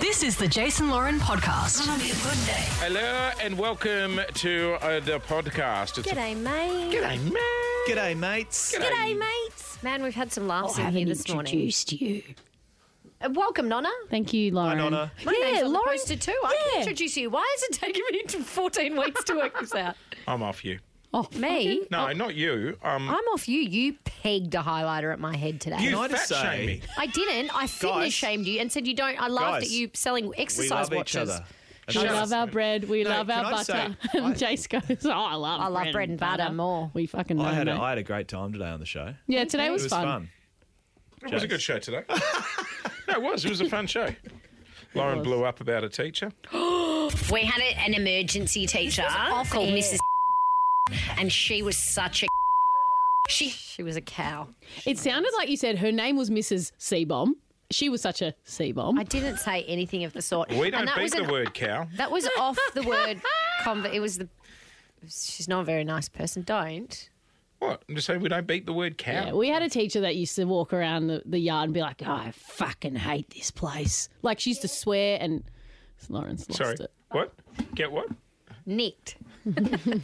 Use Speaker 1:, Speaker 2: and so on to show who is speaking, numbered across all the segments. Speaker 1: This is the Jason Lauren podcast. It's gonna be a good day.
Speaker 2: Hello and welcome to uh, the podcast. It's
Speaker 3: G'day, mate.
Speaker 2: a- G'day, man.
Speaker 4: G'day, mates.
Speaker 3: G'day, mates. Man, we've had some laughs in here this morning.
Speaker 1: you.
Speaker 3: Uh, welcome, Nonna.
Speaker 5: Thank you, Lauren.
Speaker 4: Nonna.
Speaker 3: My
Speaker 5: Yeah,
Speaker 3: name's on the
Speaker 5: Lauren-
Speaker 3: poster too. I
Speaker 5: yeah.
Speaker 3: can introduce you. Why is it taking me 14 weeks to work this out?
Speaker 2: I'm off you.
Speaker 5: Oh,
Speaker 3: Me?
Speaker 2: No, not you. Um,
Speaker 3: I'm off you. You pegged a highlighter at my head today.
Speaker 2: you
Speaker 4: Can I
Speaker 2: fat
Speaker 4: just say-
Speaker 2: shame me.
Speaker 3: I didn't. I fitness
Speaker 4: Guys.
Speaker 3: shamed you and said you don't. I laughed at
Speaker 4: Guys.
Speaker 3: you selling
Speaker 4: We
Speaker 3: exercise
Speaker 4: love each
Speaker 3: watches.
Speaker 4: other.
Speaker 5: We
Speaker 2: Shut
Speaker 5: love
Speaker 2: up.
Speaker 5: our bread. We
Speaker 4: No,
Speaker 5: love our
Speaker 4: can I say-
Speaker 5: butter. and Jace goes, "Oh, I love,
Speaker 3: I love bread and butter more."
Speaker 5: We fucking
Speaker 4: I
Speaker 5: love
Speaker 4: had,
Speaker 5: it.
Speaker 4: a, I had a great time today on the show.
Speaker 5: yeah, today
Speaker 4: It
Speaker 5: was,
Speaker 4: was
Speaker 5: fun.
Speaker 4: fun.
Speaker 2: It was a good show today. no, it was. It was a fun show. Lauren blew up about a teacher.
Speaker 6: We had a, an emergency teacher called Mrs. And she was such a. She
Speaker 3: She was a cow.
Speaker 5: It sounded like you said her name was Mrs. Seabomb. She was such a
Speaker 3: I
Speaker 5: Seabomb.
Speaker 3: didn't say anything of the sort.
Speaker 2: We
Speaker 3: And
Speaker 2: don't
Speaker 3: that
Speaker 2: beat
Speaker 3: was
Speaker 2: the
Speaker 3: an-
Speaker 2: word cow.
Speaker 3: That was off the word. Conver- it was the. She's not a very nice person. Don't.
Speaker 2: What? I'm just saying we don't beat the word cow.
Speaker 5: Yeah, we had a teacher that used to walk around the, the yard and be like, "Oh, I fucking hate this place. Like she used to swear and Lauren's lost
Speaker 2: Sorry.
Speaker 5: it.
Speaker 2: What? Get what?
Speaker 3: nicked.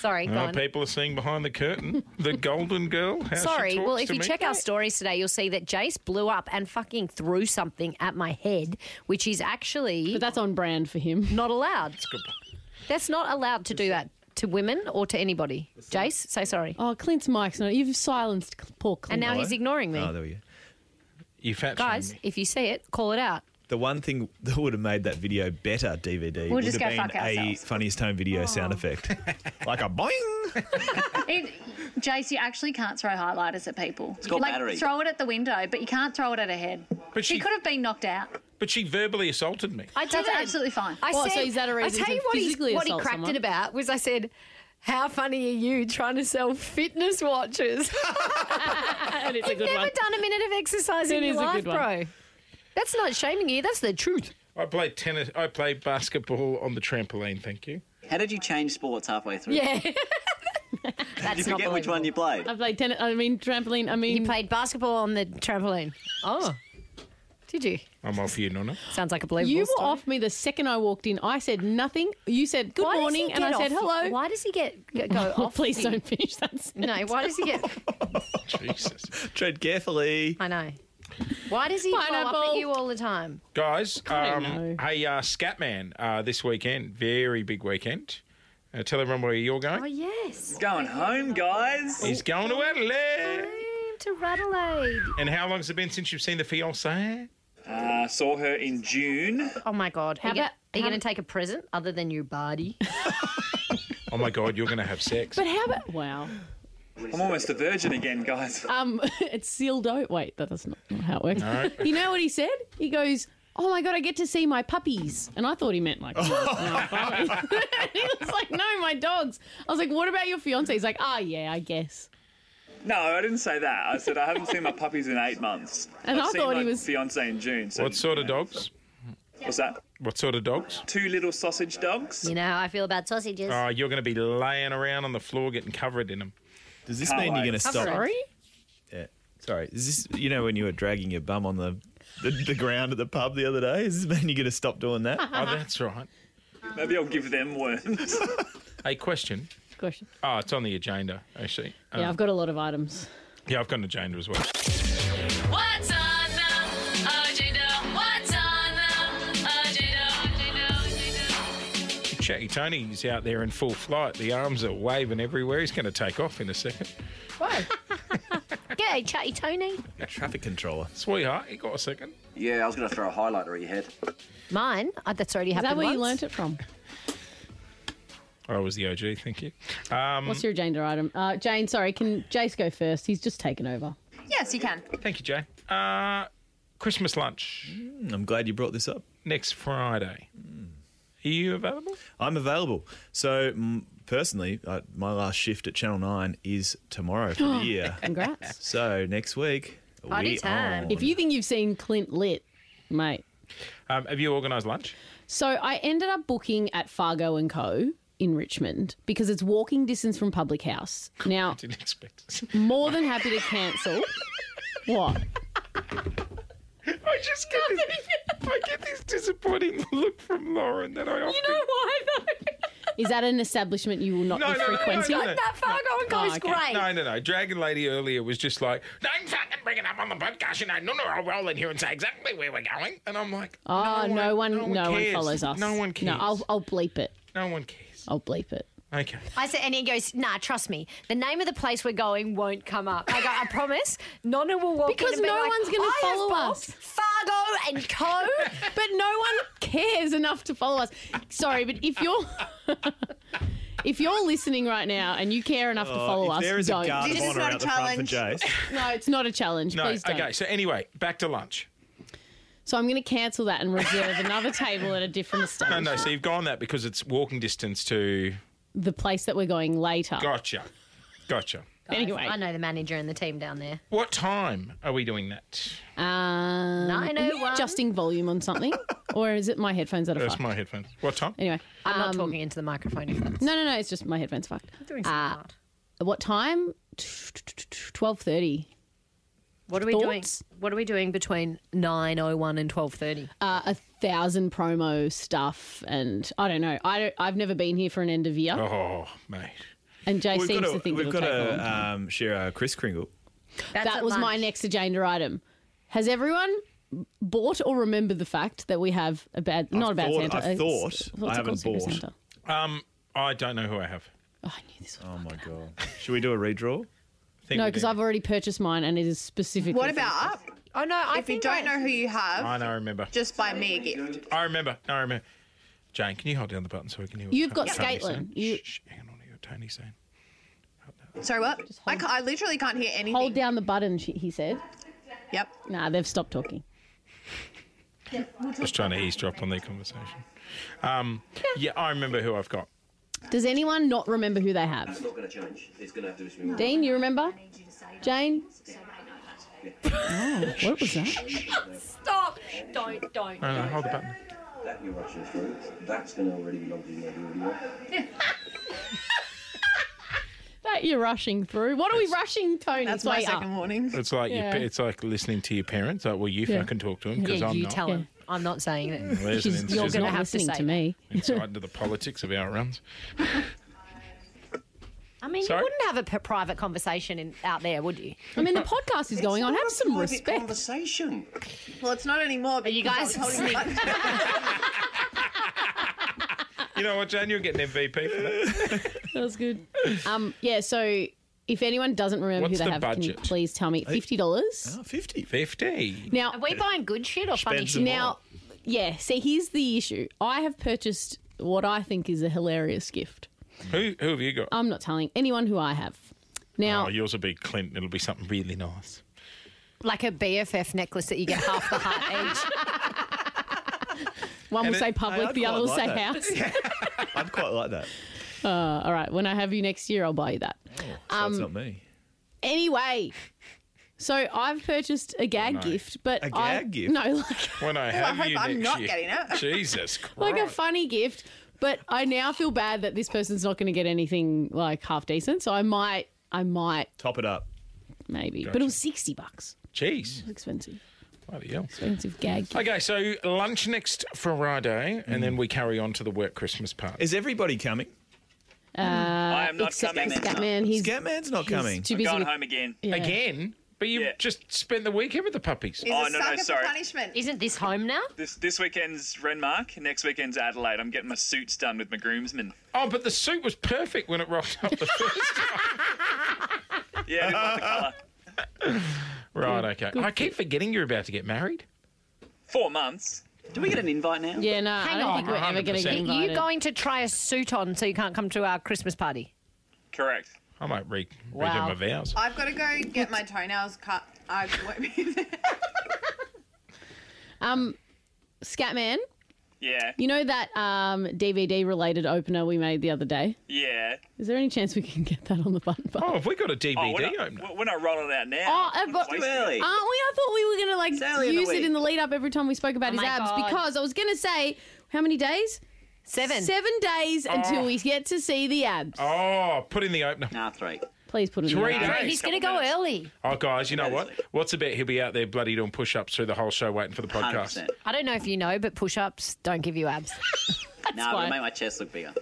Speaker 3: Sorry, go
Speaker 2: Uh,
Speaker 3: on.
Speaker 2: people are seeing behind the curtain. The Golden Girl. How she
Speaker 3: Sorry.
Speaker 2: talks
Speaker 3: Well, if
Speaker 2: to
Speaker 3: you
Speaker 2: me.
Speaker 3: check our stories today, you'll see that Jace blew up and fucking threw something at my head, which is actually
Speaker 5: But that's on brand for him.
Speaker 3: not allowed. That's not allowed to do that to women or to anybody. Jace, say sorry.
Speaker 5: Oh, Clint's mic's not. You've silenced poor Clint.
Speaker 3: And now he's ignoring me.
Speaker 4: Oh, there we go.
Speaker 2: you fat shame
Speaker 3: Guys,
Speaker 2: me.
Speaker 3: if you see it, call it out.
Speaker 4: The one thing that would have made that video better DVD would
Speaker 6: just
Speaker 4: have
Speaker 6: go
Speaker 4: been
Speaker 6: fuck
Speaker 4: a
Speaker 6: ourselves.
Speaker 4: funniest home video sound effect, like a boing.
Speaker 7: It, Jace, you actually can't throw highlighters at people. It's
Speaker 8: got
Speaker 7: like,
Speaker 8: battery.
Speaker 7: Throw it at the window, but you can't throw it at her head.
Speaker 2: But
Speaker 7: she,
Speaker 2: she-
Speaker 7: could have been knocked out.
Speaker 2: But she verbally assaulted me.
Speaker 3: I
Speaker 7: That's
Speaker 3: didn't.
Speaker 7: absolutely fine.
Speaker 3: I
Speaker 5: Well,
Speaker 3: said,
Speaker 5: so is that a reason
Speaker 3: I tell
Speaker 5: to
Speaker 3: you what,
Speaker 5: physically
Speaker 3: he, what he
Speaker 5: assault
Speaker 3: cracked
Speaker 5: someone?
Speaker 3: it about was I said, "How funny are you trying to sell fitness watches?"
Speaker 5: and it's a good
Speaker 3: Never
Speaker 5: one.
Speaker 3: done a minute of exercise in
Speaker 5: It
Speaker 3: your
Speaker 5: is a
Speaker 3: life,
Speaker 5: good one.
Speaker 3: bro. That's not shaming you. That's the truth.
Speaker 2: I played tennis. I played basketball on the trampoline. Thank you.
Speaker 8: How did you change sports halfway through?
Speaker 3: Yeah. That's
Speaker 8: Did you
Speaker 3: not
Speaker 8: forget which one you played?
Speaker 5: I played tennis. I mean trampoline. I mean
Speaker 3: You played basketball on the trampoline. Oh. Did you?
Speaker 2: I'm off you, Nonna.
Speaker 3: Sounds like a believable
Speaker 5: You were
Speaker 3: story.
Speaker 5: off me the second I walked in. I said nothing. You said good
Speaker 3: Why does he
Speaker 5: morning, and I
Speaker 3: get
Speaker 5: said
Speaker 3: off-
Speaker 5: hello.
Speaker 3: Why does he get go
Speaker 5: Oh,
Speaker 3: off?
Speaker 5: please
Speaker 3: you?
Speaker 5: don't finish that. sentence.
Speaker 3: No, why does he get
Speaker 2: Jesus.
Speaker 4: Tread carefully.
Speaker 3: I know. Why does he blow up at
Speaker 5: Pineapple.
Speaker 3: you all the time?
Speaker 2: Guys, um,
Speaker 5: know.
Speaker 2: hey, uh, Scatman uh, this weekend, very big weekend. Uh, tell everyone where you're going.
Speaker 3: Oh yes.
Speaker 8: Going home, guys.
Speaker 2: He's going to Adelaide.
Speaker 3: To Adelaide.
Speaker 2: And how long's it been since you've seen the fiance?
Speaker 8: I saw her in June.
Speaker 3: Oh my god. How are you,
Speaker 5: about-
Speaker 3: gonna- are you
Speaker 5: how
Speaker 3: gonna
Speaker 5: about-
Speaker 3: take a present other than your body?
Speaker 2: Oh my God, you're going to have sex.
Speaker 5: But how about wow?
Speaker 8: I'm almost a virgin again, guys.
Speaker 5: Um, it's sealed out. Wait, that- that's not, not how it works.
Speaker 2: No.
Speaker 5: You know what he said? He goes, "Oh my god, I get to see my puppies," and I thought he meant like. my puppies. he was like, "No, my dogs." I was like, "What about your fiance?" He's like, "Ah, yeah, I guess."
Speaker 8: No, I didn't say that. I said I haven't seen my puppies in eight months.
Speaker 5: And
Speaker 8: I've
Speaker 5: I
Speaker 8: seen
Speaker 5: thought
Speaker 8: my
Speaker 5: he was-
Speaker 8: fiance in June. So
Speaker 2: What sort of dogs?
Speaker 8: What's that?
Speaker 2: What sort of dogs?
Speaker 8: Two little sausage dogs.
Speaker 3: you know how I feel about sausages.
Speaker 2: Oh, you're going to be laying around on the floor getting covered in them.
Speaker 4: Does this
Speaker 8: Can't
Speaker 4: mean you're
Speaker 8: wait.
Speaker 4: going to stop?
Speaker 5: Sorry.
Speaker 4: Yeah. Sorry. Is this you know when you were dragging your bum on the the, the ground at the pub the other day? Does this mean you're going to stop doing that?
Speaker 5: Uh-huh.
Speaker 2: Oh, that's right.
Speaker 8: Maybe I'll give them worms.
Speaker 2: Hey, question.
Speaker 5: Gosh.
Speaker 2: Oh, it's on the agenda, actually. Uh,
Speaker 5: Yeah, I've got a lot of items.
Speaker 2: yeah, I've got an agenda as well.
Speaker 9: What's on the agenda? What's on the agenda?
Speaker 2: Chatty Tony's out there in full flight. The arms are waving everywhere. He's going to take off in a second.
Speaker 3: G'day, chatty Tony.
Speaker 4: Traffic controller.
Speaker 2: Sweetheart, you got a second?
Speaker 10: Yeah, I was going to throw a highlighter at your head.
Speaker 3: Mine. Oh, that's already
Speaker 5: Is
Speaker 3: happened.
Speaker 5: that where you
Speaker 3: once.
Speaker 5: learnt it from?
Speaker 2: I was the OG, thank you.
Speaker 5: What's your agenda item? Uh, Jane, sorry, can Jace go first? He's just taken over.
Speaker 7: Yes, you can.
Speaker 2: Thank you, Jay. Uh, Christmas lunch
Speaker 4: I'm glad you brought this up.
Speaker 2: next Friday. Are you available?
Speaker 4: I'm available. So m- personally, uh, my last shift at Channel Nine is tomorrow for the year.
Speaker 5: Congrats.
Speaker 4: So next week,
Speaker 3: Party
Speaker 4: we
Speaker 3: time.
Speaker 4: on.
Speaker 5: If you think you've seen Clint lit, mate.
Speaker 2: Um, have you organised lunch?
Speaker 5: So I ended up booking at Fargo and Co. in Richmond because it's walking distance from Public House. Now,
Speaker 2: Didn't expect this.
Speaker 5: more than happy to cancel. What?
Speaker 2: I just got I get this disappointing look from Lauren that I often.
Speaker 5: You know why Is that an establishment you will not
Speaker 2: No,
Speaker 5: be
Speaker 2: no, no, no,
Speaker 5: frequenting?
Speaker 2: no, no.
Speaker 3: That far gone goes
Speaker 5: Oh, okay.
Speaker 3: great.
Speaker 2: No, no, no. Dragon Lady earlier was just like, don't fucking bring it up on the podcast. You know, no, no, I'll roll in here and say exactly where we're going. And I'm like,
Speaker 5: Oh, no, one, no, one
Speaker 2: cares.
Speaker 5: follows us.
Speaker 2: No one cares.
Speaker 5: No, I'll, I'll bleep it.
Speaker 2: No one cares.
Speaker 5: I'll bleep it.
Speaker 2: Okay.
Speaker 3: I said, and he goes, "Nah, trust me. The name of the place we're going won't come up. I go, I promise. Nonna will walk in
Speaker 5: Because
Speaker 3: and be
Speaker 5: no
Speaker 3: like,
Speaker 5: one's gonna
Speaker 3: "I have
Speaker 5: follow
Speaker 3: bought
Speaker 5: us."
Speaker 3: Fargo and Co.
Speaker 5: But no one cares enough to follow us. Sorry, but if you're if you're listening right now and you care enough
Speaker 2: Uh,
Speaker 5: to follow
Speaker 4: Oh, if
Speaker 5: us,
Speaker 4: there is
Speaker 5: don't.
Speaker 4: a guard
Speaker 7: This
Speaker 4: of
Speaker 7: is
Speaker 4: honor
Speaker 7: not a
Speaker 4: out the front for
Speaker 7: challenge.
Speaker 4: Jace.
Speaker 5: No, it's not a challenge.
Speaker 2: No.
Speaker 5: Please don't.
Speaker 2: Okay. So anyway, back to lunch.
Speaker 5: So I'm going to cancel that and reserve another table at a different
Speaker 2: No,
Speaker 5: establishment.
Speaker 2: no. So you've gone that because it's walking distance to.
Speaker 5: The place that we're going later.
Speaker 2: Gotcha. Gotcha.
Speaker 5: Anyway,
Speaker 3: I know the manager and the team down there.
Speaker 2: What time are we doing that?
Speaker 5: um,
Speaker 3: Nine
Speaker 5: are
Speaker 3: oh
Speaker 5: you
Speaker 3: one.
Speaker 5: adjusting volume on something, or is it my headphones that are
Speaker 2: That's
Speaker 5: fucked?
Speaker 2: my headphones. What time?
Speaker 5: Anyway,
Speaker 3: I'm not talking into the microphone. If that's
Speaker 5: no, no, no, it's just my headphones fucked.
Speaker 3: Um, doing something hard.
Speaker 5: What time? Twelve thirty.
Speaker 3: What are we
Speaker 5: thoughts?
Speaker 3: doing? What are we doing between nine oh one and twelve thirty?
Speaker 5: Uh, a thousand promo stuff, and I don't know. I don't, I've never been here for an end of year,
Speaker 2: Oh, mate.
Speaker 5: and Jay
Speaker 4: We've
Speaker 5: seems
Speaker 4: got
Speaker 5: to
Speaker 4: to,
Speaker 5: think
Speaker 4: we've
Speaker 5: it'll
Speaker 4: got
Speaker 5: take a long
Speaker 4: to
Speaker 5: time.
Speaker 4: um, share our Chris Kringle.
Speaker 5: That was my next agenda item. Has everyone bought or remembered the fact that we have a bad, not a bad
Speaker 4: thought-
Speaker 5: Santa?
Speaker 4: I
Speaker 5: it's-
Speaker 4: thought
Speaker 5: what's it
Speaker 4: I
Speaker 5: called,
Speaker 4: haven't
Speaker 5: Secret
Speaker 4: bought.
Speaker 5: Santa?
Speaker 2: Um, I don't know who I have.
Speaker 5: Oh, I knew this
Speaker 4: Oh
Speaker 5: one.
Speaker 4: my god! Should we do a redraw?
Speaker 2: I think
Speaker 5: No,
Speaker 2: we
Speaker 5: because
Speaker 2: do.
Speaker 5: I've already purchased mine, and it is specifically.
Speaker 9: What
Speaker 5: for-
Speaker 9: about up?
Speaker 3: Oh no, I
Speaker 9: If you
Speaker 3: think
Speaker 9: don't
Speaker 3: I-
Speaker 9: know who you
Speaker 2: I
Speaker 9: have,
Speaker 2: know. I remember.
Speaker 9: just buy me a gift.
Speaker 2: I remember. I remember. Jane, can you hold down the button so we can hear? What
Speaker 5: You've
Speaker 2: Tony-
Speaker 5: got
Speaker 2: Tony's
Speaker 5: Scatelyn.
Speaker 2: saying?
Speaker 5: You-
Speaker 2: Shh, shh, hang on. I hear what Tony's saying.
Speaker 9: Sorry, what? I, can't, I literally can't hear anything.
Speaker 5: Hold down the button, she, he said.
Speaker 9: Yep.
Speaker 5: Nah, they've stopped talking.
Speaker 2: Just trying to eavesdrop on their conversation. Um, yeah, I remember who I've got.
Speaker 5: Does anyone not remember who they have?
Speaker 10: It's not going to change. It's going to have to just be more.
Speaker 5: Dean, you remember? Jane? Oh, what was that?
Speaker 3: Stop! Don't, don't.
Speaker 2: No, no, hold the button.
Speaker 10: That you're rushing through. That's going to already be logged in there audio.
Speaker 5: That you're rushing through. What are we rushing, Tony?
Speaker 9: That's my
Speaker 5: Wait uh, up.
Speaker 9: second warning.
Speaker 2: It's like your
Speaker 5: Yeah.
Speaker 2: your, it's like listening to your parents. Like, well, you
Speaker 5: Yeah.
Speaker 2: fucking talk to him because
Speaker 3: Yeah,
Speaker 2: I'm
Speaker 3: you
Speaker 2: not.
Speaker 3: tell him. I'm not saying it.
Speaker 2: Well, there's an
Speaker 5: She's,
Speaker 2: ins-
Speaker 5: you're
Speaker 2: there's
Speaker 5: going
Speaker 2: an
Speaker 5: to have
Speaker 3: have to
Speaker 5: to
Speaker 3: say
Speaker 5: to
Speaker 3: that.
Speaker 5: me.
Speaker 2: insight into the politics of how it runs.
Speaker 3: I mean,
Speaker 2: Sorry?
Speaker 3: you wouldn't have a p- private conversation in, out there, would you?
Speaker 5: I mean, the podcast is going on. Have some respect.
Speaker 10: Conversation.
Speaker 9: Well, it's not anymore. But
Speaker 3: you guys
Speaker 2: You know what, Jane? You're getting MVP for that.
Speaker 5: That was good. Um, yeah, so if anyone doesn't remember
Speaker 2: What's
Speaker 5: who they
Speaker 2: the
Speaker 5: have, can you
Speaker 2: budget?
Speaker 5: please tell me? $50?
Speaker 4: Oh, 50.
Speaker 2: Fifty.
Speaker 5: Now,
Speaker 3: Are we buying good shit or funny
Speaker 4: Expensive.
Speaker 3: shit?
Speaker 5: Now, yeah, see, here's the issue. I have purchased what I think is a hilarious gift.
Speaker 2: Who who have you got?
Speaker 5: I'm not telling anyone who I have. Now,
Speaker 2: oh, yours will be Clint. It'll be something really nice.
Speaker 3: Like a BFF necklace that you get half the heart each.
Speaker 5: one will
Speaker 2: it-
Speaker 5: say
Speaker 4: Hey,
Speaker 5: public,
Speaker 4: I'd
Speaker 5: the other will
Speaker 4: quite
Speaker 5: say
Speaker 4: like
Speaker 5: house.
Speaker 4: I'd quite like that.
Speaker 5: Uh, all right, when I have you next year, I'll buy you that.
Speaker 4: So
Speaker 5: Um,
Speaker 4: it's not me.
Speaker 5: Anyway, so I've purchased a gag gift, but
Speaker 4: A
Speaker 5: I-
Speaker 4: gag gift?
Speaker 5: No, like,
Speaker 2: When I have
Speaker 9: hope
Speaker 2: you
Speaker 9: I'm
Speaker 2: next
Speaker 9: not
Speaker 2: year.
Speaker 9: getting it.
Speaker 2: Jesus Christ.
Speaker 5: like a funny gift. But I now feel bad that this person's not going to get anything like half decent. So I might, I might,
Speaker 4: Top it up.
Speaker 5: maybe. But it was sixty bucks.
Speaker 2: Jeez.
Speaker 5: Expensive,
Speaker 2: Bloody hell.
Speaker 5: expensive gag. gift.
Speaker 2: Okay, so lunch next Friday, and then we carry on to the work Christmas party.
Speaker 4: Is everybody coming?
Speaker 8: I am not
Speaker 5: Except
Speaker 8: coming.
Speaker 5: Scatman, he's,
Speaker 4: Scatman's not coming.
Speaker 5: he's too busy.
Speaker 8: Going
Speaker 5: with-
Speaker 8: home again.
Speaker 5: yeah.
Speaker 2: Again, but you
Speaker 8: Yeah.
Speaker 2: just spent the weekend with the puppies.
Speaker 9: He's
Speaker 8: Oh,
Speaker 9: a
Speaker 8: no, no,
Speaker 9: sucker
Speaker 8: sorry.
Speaker 9: for punishment.
Speaker 3: Isn't this home now?
Speaker 8: This this weekend's Renmark. Next weekend's Adelaide. I'm getting my suits done with my groomsmen.
Speaker 2: Oh, but the suit was perfect when it rocked up the first time.
Speaker 8: Yeah, I didn't like the colour.
Speaker 2: Right, okay. I keep forgetting you're about to get married.
Speaker 8: Four months.
Speaker 10: Do we get an invite now?
Speaker 5: Yeah, no, I
Speaker 3: Hang
Speaker 5: don't
Speaker 3: on.
Speaker 5: think we're ever going to get
Speaker 2: 100%.
Speaker 3: Are you
Speaker 5: invited.
Speaker 3: going to try a suit on so you can't come to our Christmas party?
Speaker 8: Correct.
Speaker 2: I might re-
Speaker 3: Wow.
Speaker 2: redo my vows.
Speaker 9: I've got to go get my toenails cut. I won't be there.
Speaker 5: Scatman,
Speaker 8: Yeah.
Speaker 5: um, you know that um, DVD-related opener we made the other day.
Speaker 8: Yeah.
Speaker 5: Is there any chance we can get that on the button? button?
Speaker 2: Oh, have we got a DVD
Speaker 8: Oh, we're not,
Speaker 2: opener?
Speaker 8: we're- we're not rolling it out now.
Speaker 5: Oh, I've
Speaker 8: I'm
Speaker 5: got-
Speaker 8: wasting it.
Speaker 10: Really?
Speaker 5: Aren't we? I thought we were going to like
Speaker 10: early in the
Speaker 5: use it
Speaker 10: week.
Speaker 5: in the lead up every time we spoke about his
Speaker 3: my
Speaker 5: abs
Speaker 3: God.
Speaker 5: because I was going to say how many days?
Speaker 3: Seven.
Speaker 5: Seven days until we get to see the abs.
Speaker 2: Oh, put in the opener.
Speaker 10: Nah, three.
Speaker 5: Please put it in.
Speaker 2: Three
Speaker 5: the-
Speaker 2: days.
Speaker 3: He's going to go early.
Speaker 2: Oh, guys, you know what? What's a bet he'll be out there bloody doing push ups through the whole show waiting for the podcast?
Speaker 11: 100%.
Speaker 3: I don't know if you know, but push ups don't give you abs.
Speaker 11: No, but
Speaker 3: fine.
Speaker 11: it made my chest look bigger.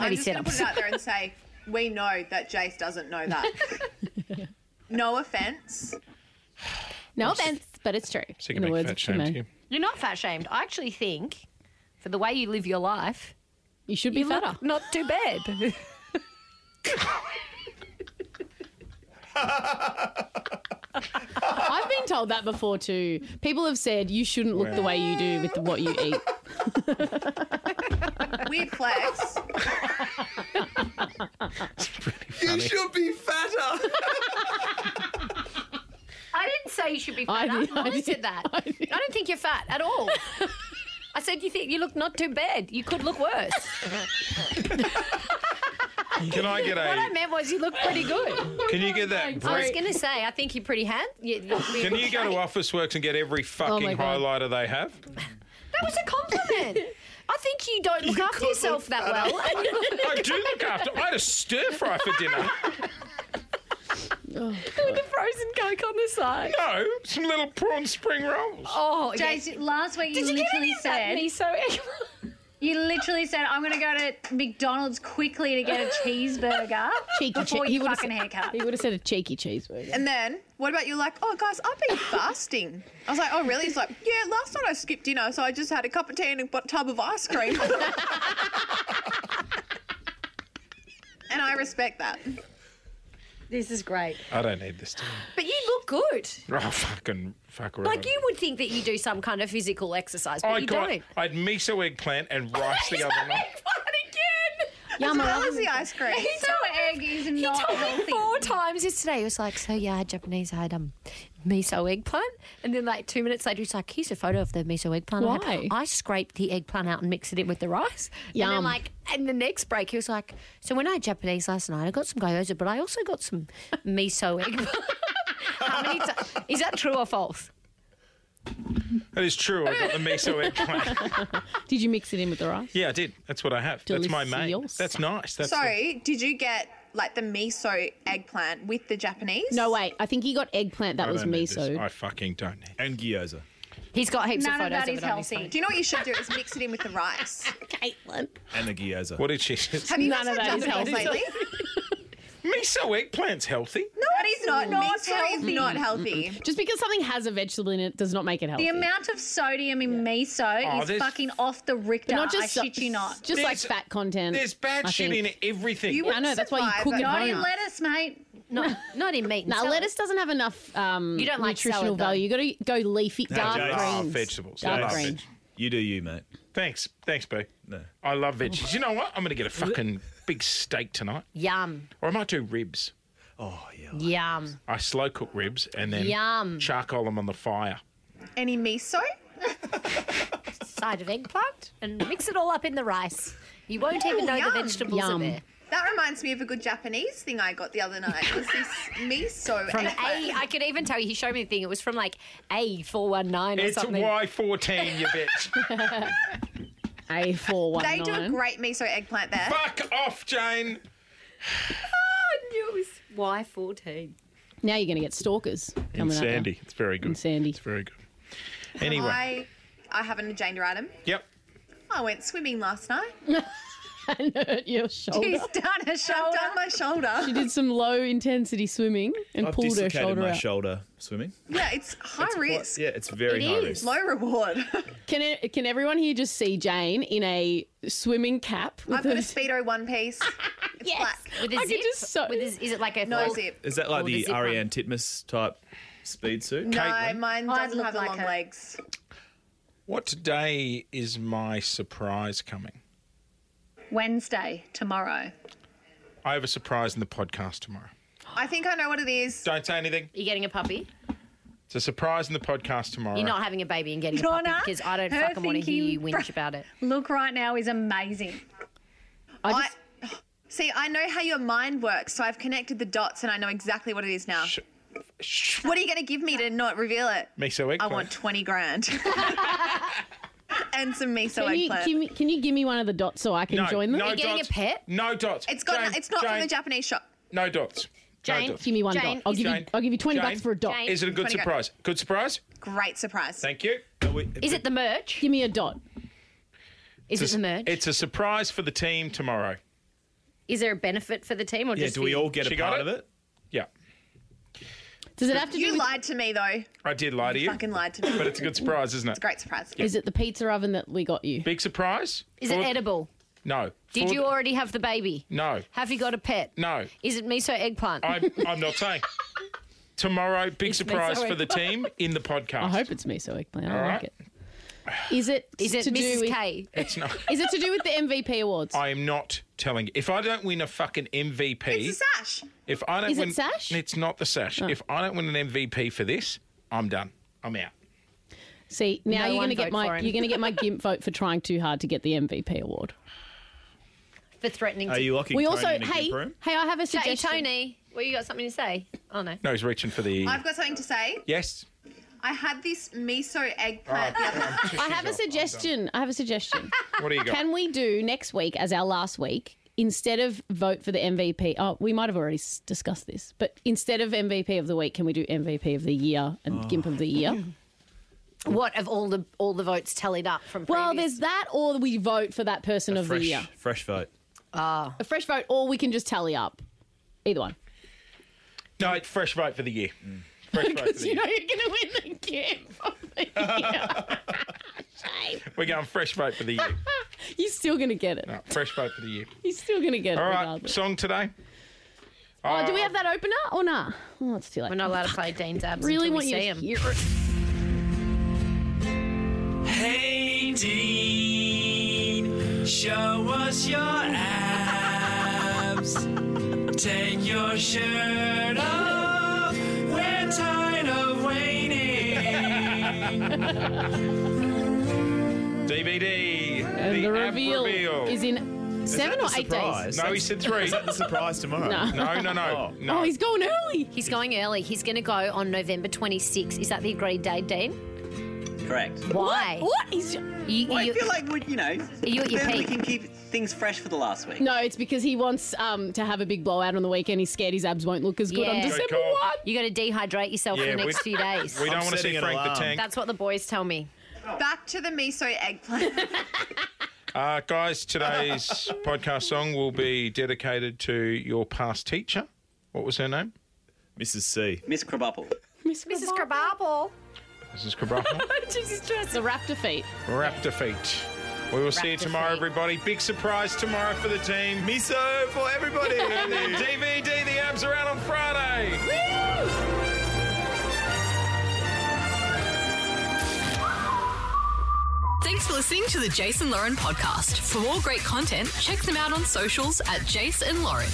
Speaker 9: I'm
Speaker 3: Only
Speaker 9: just going to put
Speaker 3: sit-ups.
Speaker 9: it out there and say, we know that Jace doesn't know that. no offense.
Speaker 5: No offense, but it's true.
Speaker 2: So you can
Speaker 5: In the
Speaker 2: make
Speaker 5: words
Speaker 2: fat
Speaker 5: of
Speaker 2: shame to
Speaker 5: Chimo.
Speaker 2: you.
Speaker 3: You're not fat shamed. I actually think, for the way you live your life,
Speaker 5: You should be
Speaker 3: you
Speaker 5: fatter.
Speaker 3: look not too bad.
Speaker 5: I've been told that before too. People have said you shouldn't look the way you do with what you eat.
Speaker 9: Weird flex.
Speaker 2: Funny.
Speaker 4: should be fatter.
Speaker 3: I didn't say you should be
Speaker 5: I
Speaker 3: fat. I,
Speaker 5: did- I did-
Speaker 3: said that. I, don't think you're fat at all. I said you think you look not too bad. You could look worse.
Speaker 2: Can I get
Speaker 3: what I
Speaker 2: a.
Speaker 3: meant was you look pretty good.
Speaker 2: Can you get that
Speaker 3: I was
Speaker 2: break?
Speaker 3: going to say I think you're pretty handsome.
Speaker 2: Can you go to Officeworks and get every fucking
Speaker 5: Oh my God.
Speaker 2: highlighter they have?
Speaker 3: That was a compliment. I think you don't look after yourself that well. And you look
Speaker 2: I do look after. I had a stir fry for dinner.
Speaker 3: with the frozen coke on the side.
Speaker 2: No, Oh, some little prawn spring rolls.
Speaker 3: Oh, yes.
Speaker 7: Jace, last week you
Speaker 3: Did you get
Speaker 7: literally
Speaker 3: any of that
Speaker 7: said
Speaker 3: miso?
Speaker 7: you literally said I'm going to go to McDonald's quickly to get a cheeseburger
Speaker 5: Cheeky
Speaker 7: before
Speaker 5: cheeky.
Speaker 7: you fucking haircut.
Speaker 5: He would have said a cheeky cheeseburger.
Speaker 9: And then, what about you? Like, oh, guys, I've been fasting. I was like, oh, really? He's like, yeah, last night I skipped dinner, so I just had a cup of tea and a bu- tub of ice cream. and I respect that.
Speaker 3: This is great.
Speaker 2: I don't need this. Do
Speaker 3: But you look good.
Speaker 2: I? Oh fucking fuck!
Speaker 3: Like you would think that you do some kind of physical exercise, but
Speaker 2: I
Speaker 3: you
Speaker 2: got.
Speaker 3: don't.
Speaker 2: I had miso eggplant and
Speaker 5: Oh,
Speaker 2: rice the other night.
Speaker 5: Yum,
Speaker 9: That
Speaker 5: I
Speaker 9: was
Speaker 5: love
Speaker 9: the ice cream.
Speaker 7: So egg is not
Speaker 3: told me
Speaker 7: healthy.
Speaker 3: four times yesterday. He was like, "So yeah, Japanese. I had um, miso eggplant." And then like two minutes later, he's like, "Here's a photo of the miso eggplant." I had.
Speaker 5: Why?
Speaker 3: I, scraped the eggplant out and mixed it in with the rice. And
Speaker 5: Yum.
Speaker 3: then like, and the next break, he was like, "So when I had Japanese last night, I got some gyoza, but I also got some miso eggplant." How many times? Is that true or false?
Speaker 2: That is true. I got the miso eggplant.
Speaker 5: Did you mix it in with the rice?
Speaker 2: Yeah, I did. That's what I have. That's my main.
Speaker 5: Delicious.
Speaker 2: That's nice. That's the-
Speaker 9: Sorry, did you get like the miso eggplant with the Japanese?
Speaker 5: No, wait. I think he got eggplant. That
Speaker 2: I
Speaker 5: was
Speaker 2: don't need this.
Speaker 5: miso.
Speaker 2: I fucking don't need.
Speaker 4: and gyoza.
Speaker 3: He's got heaps
Speaker 7: None
Speaker 3: of
Speaker 7: of
Speaker 3: photos
Speaker 7: that is
Speaker 3: it on his phone.
Speaker 7: healthy.
Speaker 9: Do you know what you should do is mix it in with the rice.
Speaker 4: And the gyoza.
Speaker 2: What did she say?
Speaker 9: Have you guys
Speaker 5: None of
Speaker 9: had
Speaker 5: that is
Speaker 9: Japanese
Speaker 5: healthy.
Speaker 9: lately?
Speaker 2: miso eggplant's healthy.
Speaker 9: No, that is not. miso is not healthy.
Speaker 5: Just because something has a vegetable in it does not make it healthy.
Speaker 7: The amount of sodium in miso
Speaker 2: Oh,
Speaker 7: is
Speaker 2: there's-
Speaker 7: fucking off the Richter.
Speaker 5: not just
Speaker 7: I
Speaker 5: so-
Speaker 7: shit you not.
Speaker 5: Just like
Speaker 2: There's-
Speaker 5: fat content.
Speaker 2: There's bad
Speaker 5: I
Speaker 2: shit
Speaker 5: think.
Speaker 2: in everything.
Speaker 9: You
Speaker 5: I know. That's why you
Speaker 9: survive
Speaker 5: cook
Speaker 9: that
Speaker 5: it
Speaker 7: Not
Speaker 9: diet.
Speaker 5: home.
Speaker 7: in lettuce, mate.
Speaker 3: Not, not in meat. and
Speaker 5: Now,
Speaker 3: salad.
Speaker 5: lettuce doesn't have enough um,
Speaker 3: You don't like
Speaker 5: nutritional
Speaker 3: salad, though.
Speaker 5: value. You got to go leafy, dark
Speaker 4: Jace.
Speaker 2: Ah,
Speaker 5: greens.
Speaker 2: vegetables. I
Speaker 5: Dark
Speaker 2: love
Speaker 5: green.
Speaker 2: veg-
Speaker 4: You do you, mate.
Speaker 2: Thanks, thanks, B. No. I love veggies. You know what? I'm going to get a fucking big steak tonight,
Speaker 3: Yum,
Speaker 2: or I might do ribs.
Speaker 3: yum.
Speaker 2: I slow cook ribs and then
Speaker 3: Yum.
Speaker 2: charcoal them on the fire.
Speaker 9: Any miso?
Speaker 3: Side of eggplant and mix it all up in the rice. You won't even know
Speaker 9: yum.
Speaker 3: the vegetables
Speaker 5: Yum.
Speaker 3: are there.
Speaker 9: That reminds me of a good Japanese thing I got the other night. It was this miso
Speaker 3: From
Speaker 9: eggplant.
Speaker 3: A, I could even tell you. He showed me the thing. It was from like A four one nine or
Speaker 2: It's
Speaker 3: something.
Speaker 2: Y14, you bitch.
Speaker 5: A four one
Speaker 9: They
Speaker 5: nine.
Speaker 9: do a great miso eggplant there.
Speaker 2: Fuck off, Jane.
Speaker 3: I knew it was Y fourteen.
Speaker 5: Now you're going to get stalkers
Speaker 2: And
Speaker 5: coming up.
Speaker 2: Sandy. It's very good.
Speaker 5: Sandy.
Speaker 2: It's very good. Anyway.
Speaker 9: I, I have an agenda item.
Speaker 2: Yep.
Speaker 9: I went swimming last night.
Speaker 5: Hurt your shoulder.
Speaker 7: He's done a
Speaker 9: I've
Speaker 7: shoulder.
Speaker 9: done my shoulder.
Speaker 5: She did some low intensity swimming and
Speaker 4: I've
Speaker 5: pulled her
Speaker 4: dislocated
Speaker 5: shoulder
Speaker 4: my
Speaker 5: out.
Speaker 4: shoulder swimming.
Speaker 9: Yeah, it's high risk,
Speaker 4: Yeah, it's very
Speaker 3: It
Speaker 4: high
Speaker 3: is.
Speaker 4: risk.
Speaker 9: low reward.
Speaker 5: Can it, can everyone here just see Jane in a swimming cap? with
Speaker 9: I've got a
Speaker 5: her-
Speaker 9: speedo one piece. It's black.
Speaker 3: With a
Speaker 5: I could
Speaker 3: zip.
Speaker 5: just so-
Speaker 3: With a z- is it like a
Speaker 9: No
Speaker 3: full-
Speaker 9: zip.
Speaker 4: Is that like
Speaker 3: Or the
Speaker 4: the
Speaker 3: zip one.
Speaker 4: Ariane Titmus type speed
Speaker 2: Mm.
Speaker 4: suit?
Speaker 9: No,
Speaker 2: Caitlin?
Speaker 9: mine
Speaker 7: I'd
Speaker 9: doesn't
Speaker 7: look
Speaker 9: have the
Speaker 7: like
Speaker 9: long
Speaker 7: her.
Speaker 9: legs.
Speaker 2: What day is my surprise coming?
Speaker 7: Wednesday, tomorrow.
Speaker 2: I have a surprise in the podcast tomorrow.
Speaker 9: I think I know what it is.
Speaker 2: Don't say anything.
Speaker 3: You're getting a puppy.
Speaker 2: It's a surprise in the podcast tomorrow.
Speaker 3: You're not having a baby and getting a
Speaker 7: Donna,
Speaker 3: puppy because I don't
Speaker 7: her
Speaker 3: fucking want to hear you
Speaker 7: thinking-
Speaker 3: whinge about it.
Speaker 7: Look right now is amazing.
Speaker 9: I see. I know how your mind works, so I've connected the dots, and I know exactly what it is now.
Speaker 2: Sh- Shh.
Speaker 9: What are you going to give me to not reveal it?
Speaker 2: Miso
Speaker 9: I
Speaker 2: eggplant.
Speaker 9: want 20 grand. and some miso
Speaker 5: Can you,
Speaker 9: eggplant.
Speaker 5: give me, can you give me one of the dots so I can
Speaker 2: no,
Speaker 5: join them?
Speaker 2: no
Speaker 3: getting a
Speaker 2: dots.
Speaker 3: pet?
Speaker 2: No dots.
Speaker 9: it's got
Speaker 2: Jane,
Speaker 9: it's not
Speaker 2: Jane,
Speaker 9: from the Japanese shop.
Speaker 2: No dots.
Speaker 5: Jane, give me one
Speaker 3: Jane,
Speaker 5: dot. I'll
Speaker 3: is-
Speaker 5: give you.
Speaker 2: Jane,
Speaker 5: I'll give you twenty
Speaker 2: Jane,
Speaker 5: bucks for a dot.
Speaker 2: Is it a good
Speaker 9: 20
Speaker 2: surprise? Good surprise?
Speaker 9: Great surprise.
Speaker 2: Thank you.
Speaker 3: Is it the merch?
Speaker 5: Give me a dot.
Speaker 3: Is it
Speaker 2: It's a-
Speaker 3: the merch?
Speaker 2: It's a surprise for the team tomorrow.
Speaker 3: Is there a benefit for the team or
Speaker 4: Yeah,
Speaker 3: just
Speaker 4: do
Speaker 3: for
Speaker 4: we
Speaker 3: you?
Speaker 4: all get
Speaker 2: She
Speaker 4: a
Speaker 2: got
Speaker 4: part
Speaker 2: it?
Speaker 4: of it?
Speaker 2: Yeah.
Speaker 5: Does it have to do?
Speaker 9: You
Speaker 5: with-
Speaker 9: lied to me though.
Speaker 2: I did lie to you.
Speaker 9: Fucking lied to me.
Speaker 2: But it's a good surprise, isn't it?
Speaker 9: Great surprise.
Speaker 5: Is it the pizza oven that we got you?
Speaker 2: Big surprise?
Speaker 3: Is it
Speaker 2: For-
Speaker 3: edible?
Speaker 2: No.
Speaker 3: Did
Speaker 2: For-
Speaker 3: you already have the baby?
Speaker 2: No.
Speaker 3: Have you got a pet?
Speaker 2: No.
Speaker 3: Is it miso eggplant?
Speaker 2: I'm, I'm not saying. Tomorrow, big surprise
Speaker 3: Mesoic.
Speaker 2: for the team in the podcast.
Speaker 5: I hope it's miso eggplant. I
Speaker 2: All right.
Speaker 5: like it. Is it?
Speaker 3: Is it
Speaker 5: to do
Speaker 3: Mrs.
Speaker 5: with?
Speaker 3: K?
Speaker 2: it's not.
Speaker 5: Is it to do with the MVP awards?
Speaker 2: I am not telling. If I don't win a fucking MVP,
Speaker 9: It's a sash.
Speaker 2: if I don't
Speaker 5: Is it
Speaker 2: win,
Speaker 5: sash? Oh.
Speaker 2: It's not the sash. If I don't win an MVP for this, I'm done. I'm out.
Speaker 5: See, now
Speaker 3: No
Speaker 5: you're
Speaker 3: one
Speaker 5: going to
Speaker 3: vote
Speaker 5: get
Speaker 3: for
Speaker 5: my
Speaker 3: him.
Speaker 5: you're going to get my gimp vote for trying too hard to get the MVP award.
Speaker 3: For threatening
Speaker 4: Are
Speaker 3: to.
Speaker 4: you locking
Speaker 5: We
Speaker 4: Tony
Speaker 5: also
Speaker 4: in a
Speaker 5: hey
Speaker 4: gimp room?
Speaker 5: hey I have a
Speaker 3: Hey,
Speaker 5: suggestion.
Speaker 3: Tony, well, you got something to say? Oh, no.
Speaker 2: No, he's reaching for the.
Speaker 9: I've got something to say.
Speaker 2: yes.
Speaker 9: I had this miso eggplant.
Speaker 5: I have a suggestion. I have a suggestion.
Speaker 2: What do you got?
Speaker 5: Can we do next week as our last week? Instead of vote for the MVP, oh, we might have already s- discussed this, but instead of MVP of the week, can we do MVP of the year and
Speaker 4: Oh.
Speaker 5: GIMP of the year?
Speaker 3: What of all the all the votes tallied up from?
Speaker 5: Well,
Speaker 3: previous-
Speaker 5: there's that, or we vote for that person of the
Speaker 4: Fresh,
Speaker 5: year.
Speaker 4: fresh vote.
Speaker 5: A fresh vote, or we can just tally up. Either one.
Speaker 2: No, fresh vote for the year.
Speaker 4: Mm.
Speaker 2: Fresh vote for
Speaker 5: Because
Speaker 2: the
Speaker 5: you
Speaker 2: year.
Speaker 5: know you're going to win the GIMP of the year.
Speaker 2: We're going fresh vote for the year.
Speaker 5: you're still going to get it.
Speaker 2: No, fresh vote for the year.
Speaker 5: You're still going to get it.
Speaker 2: All right,
Speaker 5: regardless.
Speaker 2: song today.
Speaker 5: Oh, do we have that opener or not? Nah? Oh, it's too late.
Speaker 3: We're not allowed to play Dean's abs.
Speaker 5: really
Speaker 3: until
Speaker 5: want
Speaker 3: we
Speaker 5: you to
Speaker 3: see him.
Speaker 5: hear it.
Speaker 11: Hey Dean, show us your abs. Take your shirt off. We're tired of waiting.
Speaker 2: DVD.
Speaker 5: And the,
Speaker 2: ab
Speaker 5: reveal,
Speaker 2: reveal.
Speaker 5: is in seven
Speaker 4: that
Speaker 5: or
Speaker 4: the
Speaker 5: eight
Speaker 4: surprise?
Speaker 5: days.
Speaker 2: No, he said three.
Speaker 4: Is that the surprise tomorrow?
Speaker 2: No, no, no,
Speaker 4: Oh.
Speaker 2: no.
Speaker 5: Oh, he's going early.
Speaker 3: He's going early. He's going to go on November 26th. Is that the agreed date, Dean?
Speaker 11: Correct.
Speaker 3: Why?
Speaker 5: What? He's
Speaker 3: You,
Speaker 11: Well, I
Speaker 3: you-
Speaker 11: feel like we, you know,
Speaker 3: you at your
Speaker 11: then we
Speaker 3: peak?
Speaker 11: can keep things fresh for the last week.
Speaker 5: no, it's because he wants um, to have a big blowout on the weekend. He's scared his abs won't look as good on
Speaker 3: Yeah. Good
Speaker 5: December
Speaker 2: call.
Speaker 5: one.
Speaker 3: you got to dehydrate yourself
Speaker 2: Yeah,
Speaker 3: for the next
Speaker 2: we-
Speaker 3: few days.
Speaker 2: we don't want to
Speaker 4: setting
Speaker 2: see
Speaker 4: an
Speaker 2: Frank the
Speaker 4: alarm.
Speaker 2: Tank.
Speaker 3: That's what the boys tell me.
Speaker 9: Back to the miso eggplant.
Speaker 2: Uh, guys, today's podcast song will be dedicated to your past teacher. What was her name?
Speaker 4: Mrs. C.
Speaker 11: Miss Krabappel.
Speaker 3: Mrs. Krabappel.
Speaker 2: Mrs. Krabappel.
Speaker 5: The raptor feet.
Speaker 2: Rap defeat. We will see you
Speaker 3: Rap
Speaker 2: tomorrow,
Speaker 3: defeat.
Speaker 2: everybody. Big surprise tomorrow for the team.
Speaker 4: Miso for everybody.
Speaker 2: DVD, the abs are out on Friday.
Speaker 1: Thanks for listening to the Jason Lauren podcast. For more great content, check them out on socials at Jason Lauren.